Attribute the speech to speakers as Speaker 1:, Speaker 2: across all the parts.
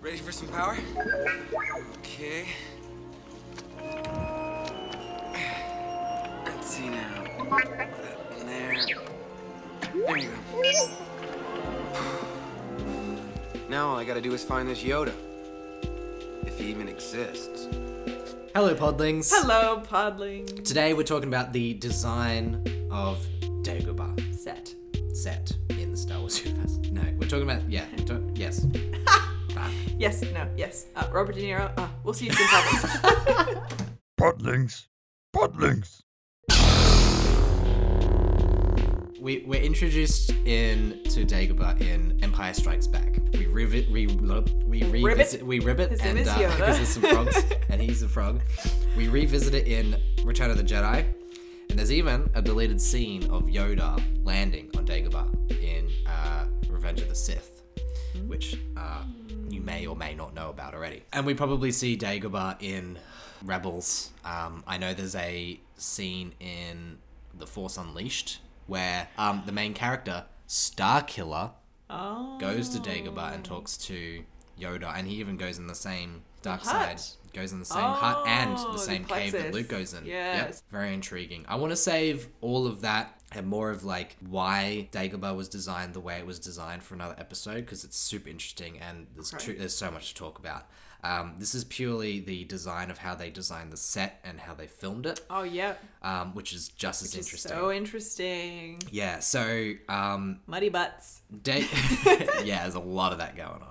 Speaker 1: Ready for some power? Okay. Let's see now. Put that in There. There you go. Now all I gotta do is find this Yoda. If he even exists.
Speaker 2: Hello, Podlings.
Speaker 3: Hello, Podling.
Speaker 2: Today we're talking about the design of Dagobah
Speaker 3: Set.
Speaker 2: set in the Star Wars universe. No, we're talking about yeah, we're talk- yes.
Speaker 3: Yes, no, yes. Uh, Robert De Niro. Uh, we'll see you soon, Podlings.
Speaker 4: Podlings. Podlings.
Speaker 2: We we're introduced in to Dagobah in Empire Strikes Back. We rivet, we lo- we revisit, we ribbit,
Speaker 3: His name
Speaker 2: and
Speaker 3: is
Speaker 2: uh,
Speaker 3: Yoda.
Speaker 2: because there's some frogs, and he's a frog. We revisit it in Return of the Jedi, and there's even a deleted scene of Yoda landing on Dagobah in uh, Revenge of the Sith,
Speaker 3: Hmm?
Speaker 2: which uh, you may or may not know about already. And we probably see Dagobah in Rebels. Um, I know there's a scene in The Force Unleashed where um, the main character Starkiller
Speaker 3: oh.
Speaker 2: goes to Dagobah and talks to Yoda, and he even goes in the same dark side.
Speaker 3: hut.
Speaker 2: Goes in the same hut and
Speaker 3: Oh,
Speaker 2: the
Speaker 3: the
Speaker 2: same cave that
Speaker 3: plexus.
Speaker 2: Luke goes in.
Speaker 3: Yes.
Speaker 2: Very intriguing. I want to save all of that and more of like why Dagobah was designed the way it was designed for another episode because it's super interesting and there's
Speaker 3: Okay.
Speaker 2: too, there's so much to talk about. Um, this is purely the design of how they designed the set and how they filmed it,
Speaker 3: Oh, yeah.
Speaker 2: um, which is just as
Speaker 3: Which is
Speaker 2: interesting.
Speaker 3: So interesting.
Speaker 2: yeah, so um,
Speaker 3: Muddy butts.
Speaker 2: Da- yeah, there's a lot of that going on.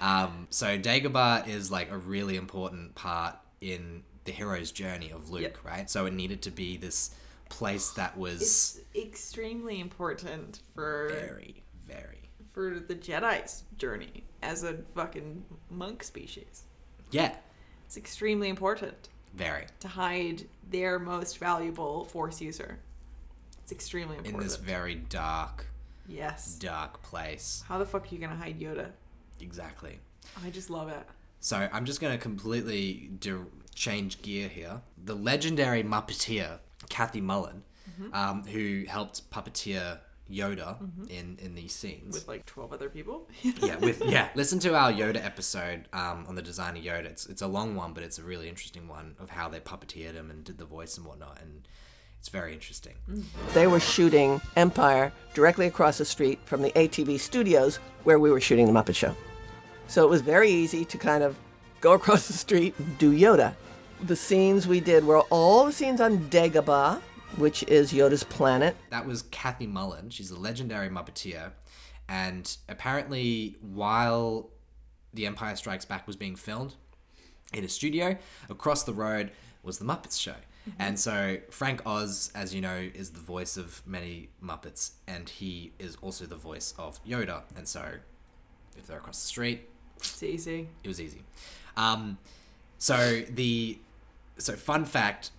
Speaker 2: Um, so Dagobah is like a really important part in the hero's journey of Luke,
Speaker 3: Yep.
Speaker 2: right? So it needed to be this place that was
Speaker 3: It's extremely important for
Speaker 2: very, very
Speaker 3: for the Jedi's journey as a fucking monk species.
Speaker 2: yeah,
Speaker 3: It's extremely important
Speaker 2: very
Speaker 3: to hide their most valuable Force user. It's extremely
Speaker 2: in
Speaker 3: important.
Speaker 2: this very dark,
Speaker 3: yes.
Speaker 2: dark place.
Speaker 3: How the fuck are you gonna hide Yoda?
Speaker 2: Exactly.
Speaker 3: I just love it.
Speaker 2: So I'm just going to completely do- change gear here. The legendary Muppeteer, Kathy Mullen,
Speaker 3: Mm-hmm.
Speaker 2: um, who helped puppeteer Yoda in, in these scenes.
Speaker 3: With like twelve other people.
Speaker 2: yeah, with yeah. Listen to our Yoda episode um, on the design of Yoda. It's it's a long one, but it's a really interesting one of how they puppeteered him and did the voice and whatnot, and it's very interesting.
Speaker 5: They were shooting Empire directly across the street from the ATV studios where we were shooting The Muppet Show. So it was very easy to kind of go across the street and do Yoda. The scenes we did were all the scenes on Dagobah, which is Yoda's planet.
Speaker 2: That was Kathy Mullen. She's a legendary Muppeteer, and apparently, while The Empire Strikes Back was being filmed in a studio across the road was The Muppets Show. And so Frank Oz, as you know, is the voice of many Muppets, and he is also the voice of Yoda. And so, if they're across the street,
Speaker 3: It's easy.
Speaker 2: it was easy. Um, so the so fun fact,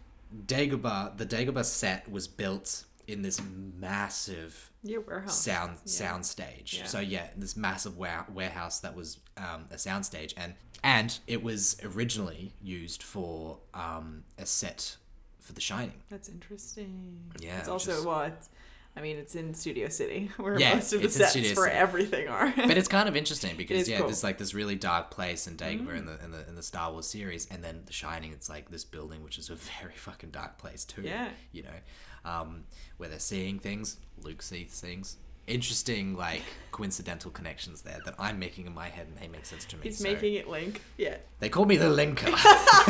Speaker 2: Dagobah, the Dagobah set was built in this massive
Speaker 3: Your warehouse.
Speaker 2: sound sound stage.
Speaker 3: Yeah.
Speaker 2: So yeah, this massive wa- warehouse that was um, a sound stage, and and it was originally used for um, a set for The Shining.
Speaker 3: That's interesting.
Speaker 2: Yeah,
Speaker 3: It's
Speaker 2: which
Speaker 3: also
Speaker 2: is-
Speaker 3: well, it's, I mean, it's in Studio City where
Speaker 2: Yeah,
Speaker 3: most of the
Speaker 2: it's in
Speaker 3: sets
Speaker 2: Studio
Speaker 3: for
Speaker 2: City.
Speaker 3: everything are.
Speaker 2: But it's kind of interesting because
Speaker 3: is
Speaker 2: yeah,
Speaker 3: cool. Mm.
Speaker 2: there's like this really dark place in Dagobah in the in the in the Star Wars series, and then The Shining. It's like this building, which is a very fucking dark place too.
Speaker 3: Yeah.
Speaker 2: you know, um, where they're seeing things. Luke sees things. Interesting, like coincidental connections there that I'm making in my head, and they make sense to me.
Speaker 3: He's
Speaker 2: so-
Speaker 3: making it link. Yeah.
Speaker 2: They call me the linker.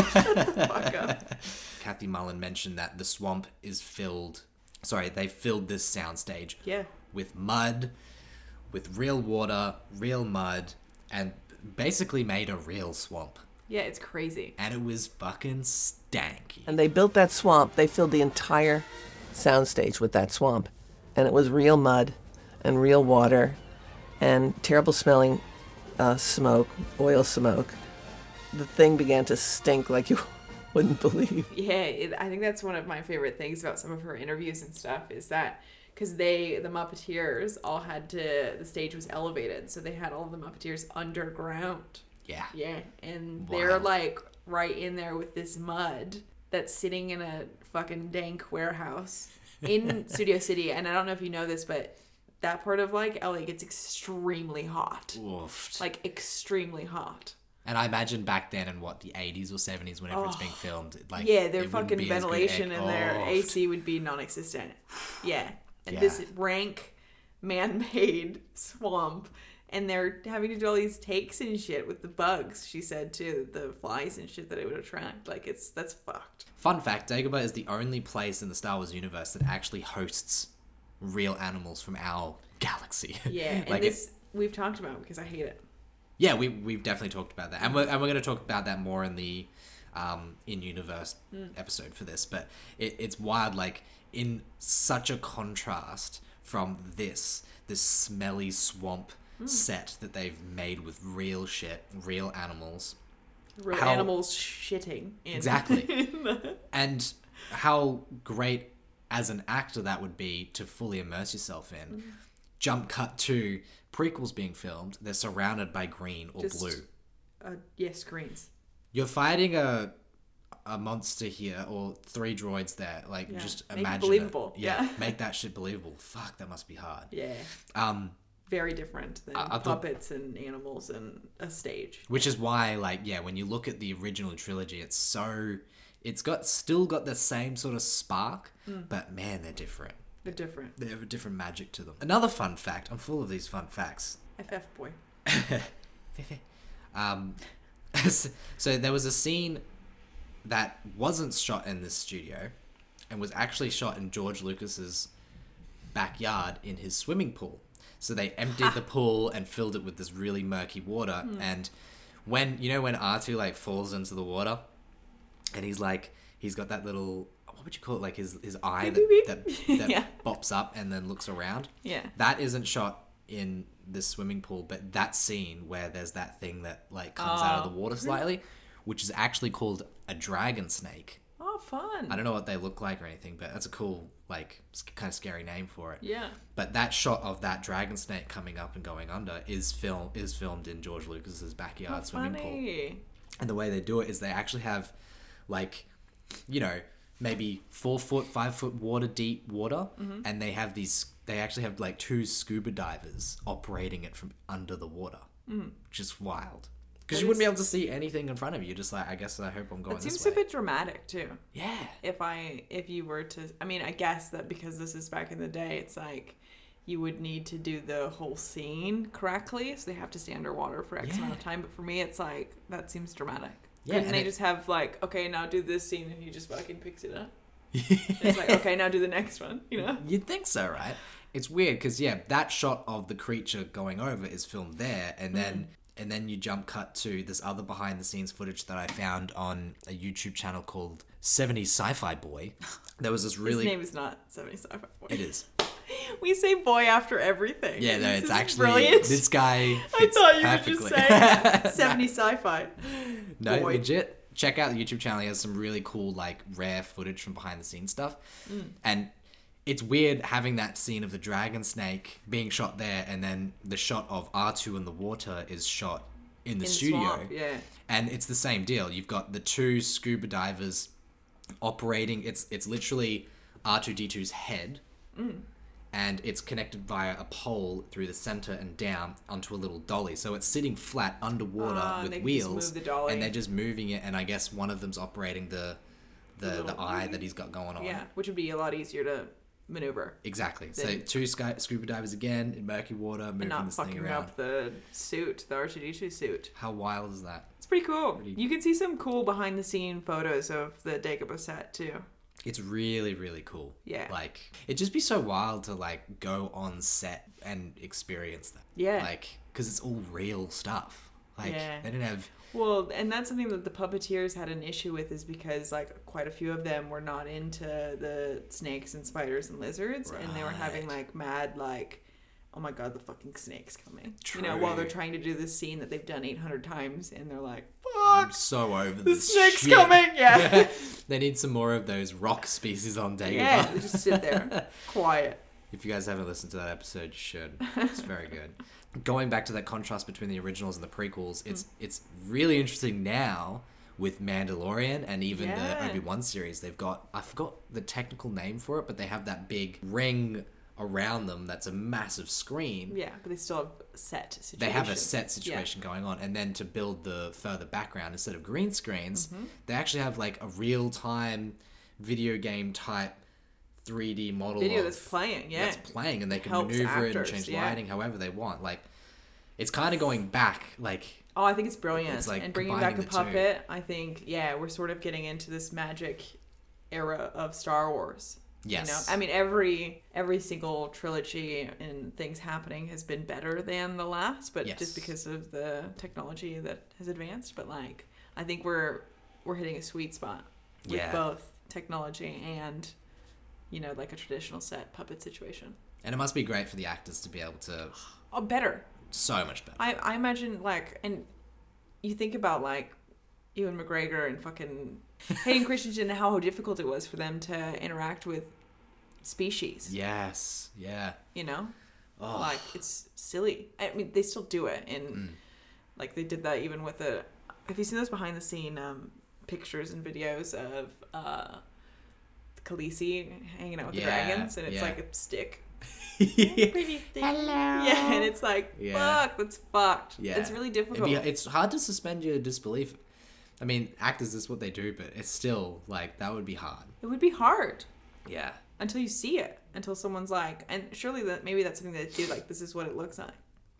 Speaker 3: Fuck up.
Speaker 2: Kathy Mullen mentioned that the swamp is filled. Sorry, they filled this soundstage
Speaker 3: Yeah.
Speaker 2: with mud, with real water, real mud, and basically made a real swamp.
Speaker 3: Yeah, it's crazy.
Speaker 2: And it was fucking stanky.
Speaker 5: And they built that swamp. They filled the entire soundstage with that swamp. And it was real mud and real water and terrible smelling uh, smoke, oil smoke. The thing began to stink like you wouldn't believe.
Speaker 3: Yeah, it, I think that's one of my favorite things about some of her interviews and stuff is that because they, the Muppeteers, all had to, the stage was elevated. So they had all of the Muppeteers underground.
Speaker 2: Yeah.
Speaker 3: Yeah, and they're
Speaker 2: Wild.
Speaker 3: like right in there with this mud that's sitting in a fucking dank warehouse in Studio City. And I don't know if you know this, but that part of like LA gets extremely hot.
Speaker 2: Woofed.
Speaker 3: Like extremely hot.
Speaker 2: And I imagine back then in what the 80s or 70s, whenever it's being filmed, like
Speaker 3: Oh, Yeah, their
Speaker 2: it wouldn't be as
Speaker 3: fucking
Speaker 2: good
Speaker 3: ventilation
Speaker 2: air-
Speaker 3: and their
Speaker 2: Oh,
Speaker 3: AC would be non-existent. Yeah, and
Speaker 2: Yeah.
Speaker 3: this rank man-made swamp, and they're having to do all these takes and shit with the bugs. She said too, the flies and shit that it would attract. Like it's that's fucked.
Speaker 2: Fun fact Dagobah is the only place in the Star Wars universe that actually hosts real animals from our galaxy.
Speaker 3: Yeah, and
Speaker 2: like it-
Speaker 3: this we've talked about because I hate it.
Speaker 2: yeah, we, we've definitely talked about that. And we're, and we're going to talk about that more in the um, in universe episode for this. But it, it's wild, like, in such a contrast from this, this smelly swamp set that they've made with real shit, real animals.
Speaker 3: Real
Speaker 2: How-
Speaker 3: animals shitting. In.
Speaker 2: Exactly. and how great as an actor that would be to fully immerse yourself in. Jump cut to prequels being filmed. They're surrounded by green or
Speaker 3: Just-
Speaker 2: blue.
Speaker 3: Uh, yes, greens.
Speaker 2: You're fighting a a monster here or three droids there. Like
Speaker 3: Yeah.
Speaker 2: just
Speaker 3: Make it
Speaker 2: imagine
Speaker 3: believable.
Speaker 2: Yeah,
Speaker 3: Yeah.
Speaker 2: make that shit believable. Fuck, that must be hard.
Speaker 3: Yeah,
Speaker 2: Um,
Speaker 3: very different than
Speaker 2: I- I thought-
Speaker 3: puppets and animals and a stage.
Speaker 2: which is why like yeah when you look at the original trilogy it's so it's got still got the same sort of spark
Speaker 3: Mm.
Speaker 2: but man they're different
Speaker 3: They're different.
Speaker 2: they have a different magic to them another fun fact i'm full of these fun facts
Speaker 3: FF boy.
Speaker 2: um, so there was a scene that wasn't shot in this studio and was actually shot in george lucas's backyard in his swimming pool so they emptied the pool and filled it with this really murky water
Speaker 3: Hmm.
Speaker 2: and when you know when r2 like falls into the water and he's like he's got that little what would you call it like his his eye that
Speaker 3: Beep,
Speaker 2: that,
Speaker 3: beep, beep.
Speaker 2: that
Speaker 3: Yeah.
Speaker 2: bops up and then looks around
Speaker 3: Yeah.
Speaker 2: that isn't shot in the swimming pool but that scene where there's that thing that like comes out
Speaker 3: Oh.
Speaker 2: of the water slightly which is actually called a dragon snake
Speaker 3: Oh, fun.
Speaker 2: i don't know what they look like or anything but that's a cool like kind of scary name for it
Speaker 3: Yeah.
Speaker 2: but that shot of that dragon snake coming up and going under is film is filmed in george lucas's backyard swimming pool
Speaker 3: Funny.
Speaker 2: and the way they do it is they actually have like you know maybe four foot five foot water deep water and they have these they actually have like two scuba divers operating it from under the water which is wild because you wouldn't be able to see anything in front of you You're just like i guess i hope i'm going
Speaker 3: It
Speaker 2: this
Speaker 3: seems
Speaker 2: way
Speaker 3: a bit dramatic too.
Speaker 2: yeah
Speaker 3: If I if you were to I mean, I guess that because this is back in the day, it's like you would need to do the whole scene correctly, so they have to stay underwater for X amount of
Speaker 2: Yeah.
Speaker 3: time. But for me it's like that seems dramatic.
Speaker 2: Yeah,
Speaker 3: Couldn't
Speaker 2: and
Speaker 3: they
Speaker 2: it-
Speaker 3: just have like, okay, now do this scene and he just fucking picks it up. it's like, okay, now do the next one, you know?
Speaker 2: You'd think so, right? It's weird because yeah, that shot of the creature going over is filmed there, and then
Speaker 3: Mm-hmm.
Speaker 2: and then you jump cut to this other behind the scenes footage that I found on a YouTube channel called 70s Sci-Fi Boy. There was this really
Speaker 3: His name is not 75 boy.
Speaker 2: it is
Speaker 3: We say boy after everything.
Speaker 2: yeah no,
Speaker 3: This
Speaker 2: it's
Speaker 3: is
Speaker 2: actually
Speaker 3: brilliant.
Speaker 2: this guy.
Speaker 3: I
Speaker 2: Fits
Speaker 3: thought you
Speaker 2: perfectly.
Speaker 3: were just saying 70 sci-fi.
Speaker 2: No,
Speaker 3: Boy.
Speaker 2: legit. Check out the YouTube channel. He has some really cool, like, rare footage from behind the scenes stuff.
Speaker 3: Mm.
Speaker 2: And it's weird having that scene of the dragon snake being shot there, and then the shot of R2 in the water is shot in the
Speaker 3: In the
Speaker 2: studio.
Speaker 3: swamp, yeah.
Speaker 2: And it's the same deal. You've got the two scuba divers operating. It's it's literally R2D2's head.
Speaker 3: Mm.
Speaker 2: And it's connected via a pole through the center and down onto a little dolly. So it's sitting flat underwater
Speaker 3: Ah, and
Speaker 2: with
Speaker 3: they can just
Speaker 2: wheels,
Speaker 3: move the dolly.
Speaker 2: and they're just moving it. And I guess one of them's operating the the, the,
Speaker 3: little-
Speaker 2: eye that he's got going on.
Speaker 3: Yeah, which would be a lot easier to maneuver.
Speaker 2: Exactly. So
Speaker 3: Then-
Speaker 2: two sky, scuba divers again in murky water, moving
Speaker 3: And not
Speaker 2: this thing
Speaker 3: fucking
Speaker 2: around.
Speaker 3: up the suit, the R2D2 suit.
Speaker 2: How wild is that?
Speaker 3: It's pretty cool. You can see some cool behind the scene photos of the Dagobah set too.
Speaker 2: It's really, really cool.
Speaker 3: Yeah.
Speaker 2: Like it'd just be so wild to like go on set and experience that.
Speaker 3: Yeah.
Speaker 2: Like because it's all real stuff. Like
Speaker 3: Yeah.
Speaker 2: they didn't have.
Speaker 3: Well, and that's something that the puppeteers had an issue with is because like quite a few of them were not into the snakes and spiders and lizards and they were having
Speaker 2: Right.
Speaker 3: like mad like oh my god the fucking snake's coming. You know, while they're
Speaker 2: True.
Speaker 3: trying to do this scene that they've done 800 times and they're like
Speaker 2: I'm so over
Speaker 3: the
Speaker 2: this.
Speaker 3: snake's
Speaker 2: shit.
Speaker 3: coming. Yeah.
Speaker 2: they need some more of those rock species on Dagobah.
Speaker 3: Yeah, they just sit there quiet.
Speaker 2: If you guys haven't listened to that episode, you should. It's very good. Going back to that contrast between the originals and the prequels, it's
Speaker 3: Hmm.
Speaker 2: it's really interesting now with Mandalorian and even
Speaker 3: Yeah.
Speaker 2: the Obi Wan series. They've got I forgot the technical name for it, but they have that big ring around them that's a massive screen.
Speaker 3: Yeah, but they still have set situation.
Speaker 2: They have a set situation going on, and then to build the further background instead of green screens,
Speaker 3: Mm-hmm.
Speaker 2: they actually have like a real time video game type 3D model
Speaker 3: Video
Speaker 2: of-
Speaker 3: that's playing, yeah.
Speaker 2: that's playing, and they can
Speaker 3: Eh, Helps
Speaker 2: maneuver it and
Speaker 3: actors,
Speaker 2: change
Speaker 3: yeah.
Speaker 2: lighting however they want. Like it's kind of going back, like
Speaker 3: Oh, I think it's brilliant.
Speaker 2: It's like
Speaker 3: and bringing back the
Speaker 2: combining the two.
Speaker 3: puppet, I think, yeah, we're sort of getting into this magic era of Star Wars. You know,
Speaker 2: Yes.
Speaker 3: I mean every every single trilogy and things happening has been better than the last, but
Speaker 2: Yes.
Speaker 3: just because of the technology that has advanced. But like, I think we're we're hitting a sweet spot with
Speaker 2: Yeah.
Speaker 3: both technology and you know like a traditional set puppet situation.
Speaker 2: and it must be great for the actors to be able to
Speaker 3: Oh, better.
Speaker 2: so much better.
Speaker 3: I, I imagine like and you think about like Ewan McGregor and fucking Hayden Christensen and how difficult it was for them to interact with species.
Speaker 2: Yes, yeah.
Speaker 3: You know? Like it's silly. I mean they still do it and
Speaker 2: Mm.
Speaker 3: like they did that even with a have you seen those behind the scene um pictures and videos of uh Khaleesi hanging out with
Speaker 2: Yeah,
Speaker 3: the dragons and it's
Speaker 2: yeah.
Speaker 3: like a stick
Speaker 2: yeah.
Speaker 3: pretty thing. Yeah, and it's like,
Speaker 2: Yeah.
Speaker 3: fuck, that's fucked. It's really
Speaker 2: It'd be-
Speaker 3: difficult.
Speaker 2: it's hard to suspend your disbelief. I mean, actors is what they do, but it's still like that would be hard.
Speaker 3: it would be hard
Speaker 2: Yeah.
Speaker 3: until you see it, until someone's like, and surely that maybe that's something that they do, like, this is what it looks like,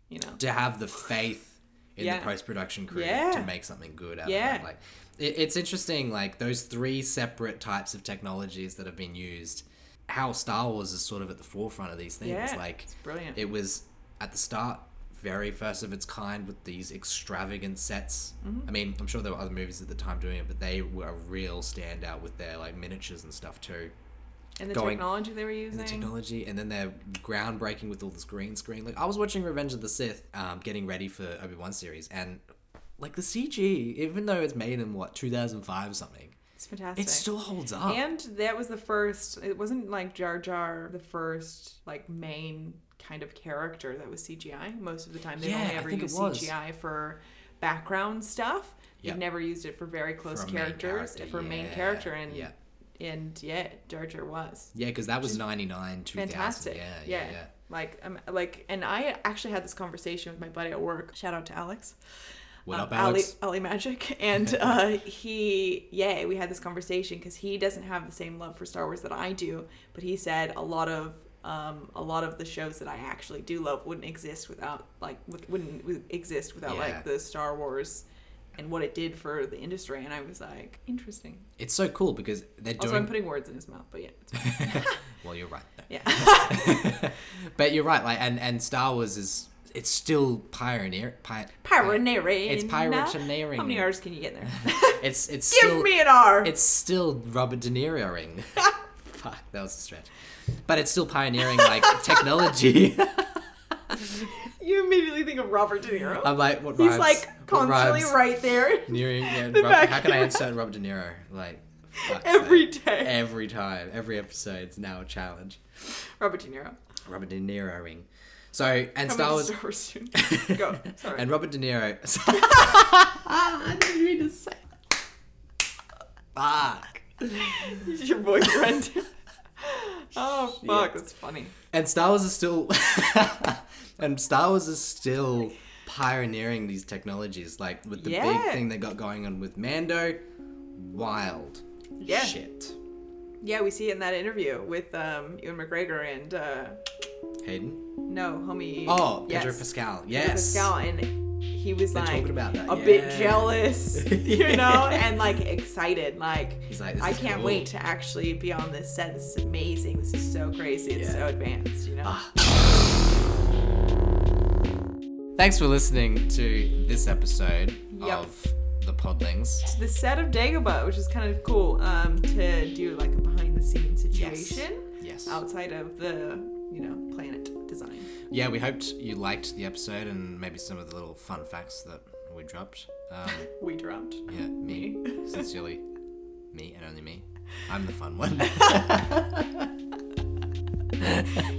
Speaker 3: you know?
Speaker 2: To have the faith in
Speaker 3: Yeah.
Speaker 2: the post production crew
Speaker 3: Yeah.
Speaker 2: to make something good out
Speaker 3: Yeah.
Speaker 2: of that. Like, it, it's interesting, like, those three separate types of technologies that have been used, how Star Wars is sort of at the forefront of these things.
Speaker 3: Yeah,
Speaker 2: Like,
Speaker 3: it's brilliant.
Speaker 2: It was at the start very first of its kind with these extravagant sets.
Speaker 3: Mm-hmm.
Speaker 2: I mean, I'm sure there were other movies at the time doing it, but they were a real standout with their like miniatures and stuff too.
Speaker 3: And the
Speaker 2: going-
Speaker 3: technology they were using.
Speaker 2: And the technology, and then they're groundbreaking with all this green screen. Like I was watching Revenge of the Sith, um, getting ready for Obi Wan series, and like the CG, even though it's made in what 2005 something,
Speaker 3: it's fantastic.
Speaker 2: it still holds up.
Speaker 3: and that was the first, it wasn't like Jar Jar, the first, like, main kind of character that was CGI. Most of the time, they've
Speaker 2: Yeah,
Speaker 3: only
Speaker 2: I
Speaker 3: ever
Speaker 2: think it
Speaker 3: used
Speaker 2: was.
Speaker 3: CGI for background stuff. They've
Speaker 2: Yeah.
Speaker 3: never used it for very close
Speaker 2: a main
Speaker 3: characters,
Speaker 2: character,
Speaker 3: for a main
Speaker 2: yeah,
Speaker 3: character, and
Speaker 2: yeah.
Speaker 3: and yeah, Jar Jar was.
Speaker 2: yeah, because that was 99, 2000.
Speaker 3: fantastic.
Speaker 2: Yeah,
Speaker 3: yeah,
Speaker 2: yeah, yeah.
Speaker 3: Like, um, like, and I actually had this conversation with my buddy at work. Shout out to Alex.
Speaker 2: What
Speaker 3: Um,
Speaker 2: up, Alex?
Speaker 3: Ali, Ali Magic, and uh, he, yeah, we had this conversation because he doesn't have the same love for Star Wars that I do, but he said a lot of. Um, a lot of the shows that I actually do love wouldn't exist without like would- wouldn't would exist without
Speaker 2: Yeah.
Speaker 3: like the Star Wars and what it did for the industry and I was like interesting
Speaker 2: It's so cool because they're
Speaker 3: also
Speaker 2: doing.
Speaker 3: I'm putting words in his mouth but yeah it's fine.
Speaker 2: well, you're right. though.
Speaker 3: yeah
Speaker 2: But you're right. Like, and and Star Wars is it's still pioneer. Pi-
Speaker 3: Pioneering.
Speaker 2: It's pioneering.
Speaker 3: How many R's can you get in there?
Speaker 2: It's it's
Speaker 3: Give
Speaker 2: still,
Speaker 3: me an R.
Speaker 2: It's still Robert De Niroing. Fuck, that was a stretch. But it's still pioneering like technology.
Speaker 3: you immediately think of Robert De Niro.
Speaker 2: I'm like, what
Speaker 3: He's
Speaker 2: rhymes?
Speaker 3: like constantly
Speaker 2: what rhymes?
Speaker 3: right there
Speaker 2: De Niro- yeah, Rob,
Speaker 3: back
Speaker 2: how can I
Speaker 3: end.
Speaker 2: insert Robert De Niro? Like fuck's
Speaker 3: every
Speaker 2: sake.
Speaker 3: day.
Speaker 2: Every time, every episode, it's now a challenge.
Speaker 3: Robert De Niro.
Speaker 2: Robert De Niroing. So and Star
Speaker 3: Coming
Speaker 2: Wars
Speaker 3: to Star Wars soon. Go. Sorry. Ah,
Speaker 2: and Robert De Niro.
Speaker 3: I didn't mean to say
Speaker 2: Fuck.
Speaker 3: he's your boyfriend. oh fuck, that's funny.
Speaker 2: And Star Wars is still, and Star Wars is still pioneering these technologies. Like with the big
Speaker 3: Yeah.
Speaker 2: thing they got going on with Mando, wild
Speaker 3: Yeah.
Speaker 2: shit.
Speaker 3: Yeah, we see it in that interview with um, Ewan McGregor and uh,
Speaker 2: Hayden.
Speaker 3: no homie.
Speaker 2: Oh,
Speaker 3: yes.
Speaker 2: Pedro Pascal. Yes.
Speaker 3: Pedro Pascal, and he was
Speaker 2: They're
Speaker 3: like
Speaker 2: talking about that,
Speaker 3: a bit
Speaker 2: yeah.
Speaker 3: jealous, you know, and like excited, like
Speaker 2: He's like, "This
Speaker 3: I
Speaker 2: is
Speaker 3: can't
Speaker 2: cool."
Speaker 3: wait to actually be on this set. This is amazing. This is so crazy.
Speaker 2: Yeah.
Speaker 3: It's
Speaker 2: Ah.
Speaker 3: so advanced, you know.
Speaker 2: Thanks for listening to this episode
Speaker 3: Yep.
Speaker 2: of the Podlings.
Speaker 3: The set of Dagobah, which is kind of cool, um, to do like a behind the scenes situation
Speaker 2: Yes.
Speaker 3: outside of the you know planet design.
Speaker 2: Yeah, we hoped you liked the episode and maybe some of the little fun facts that we dropped. Um,
Speaker 3: We dropped.
Speaker 2: Yeah, me. Sincerely, me and only me. I'm the fun one.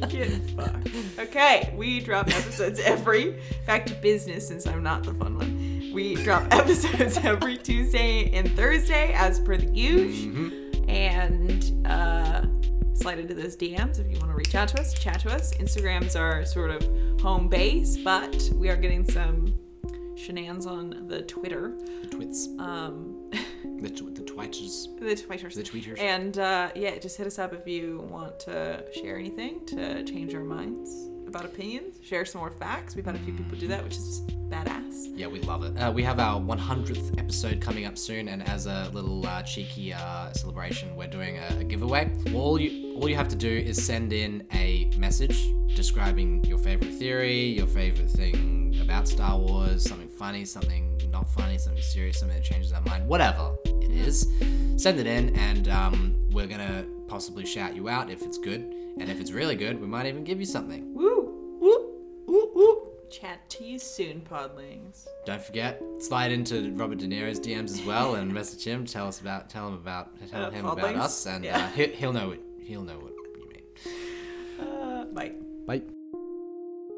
Speaker 3: Get fucked. Okay, we drop episodes every. Back to business since I'm not the fun one. We drop episodes every Tuesday and Thursday as per the usual. And uh, slide into those DMs if you want to reach out to us, chat to us. Instagram's our sort of home base, but we are getting some shenanigans on the Twitter.
Speaker 2: Twits.
Speaker 3: Um,
Speaker 2: The, tw- the twitches.
Speaker 3: the tweeters.
Speaker 2: The tweeters.
Speaker 3: And uh, yeah, just hit us up if you want to share anything, to change our minds about opinions, share some more facts. We've had a few people do that, which is badass.
Speaker 2: Yeah, we love it. Uh, we have our 100th episode coming up soon, and as a little uh, cheeky uh, celebration, we're doing a, a giveaway. All you all you have to do is send in a message describing your favorite theory, your favorite thing about Star Wars, something funny, something not funny, something serious, something that changes our mind, whatever it is. Send it in, and um, we're gonna possibly shout you out if it's good, and if it's really good, we might even give you something.
Speaker 3: Woo! Woo! Woo! Woo! Chat to you soon, podlings.
Speaker 2: Don't forget, slide into Robert De Niro's DMs as well and message him. Tell us about, tell him about, tell
Speaker 3: Uh,
Speaker 2: him
Speaker 3: Podlings?
Speaker 2: about us, and uh,
Speaker 3: Yeah.
Speaker 2: he, he'll know what he'll know what you mean.
Speaker 3: Uh, bye.
Speaker 2: Bye.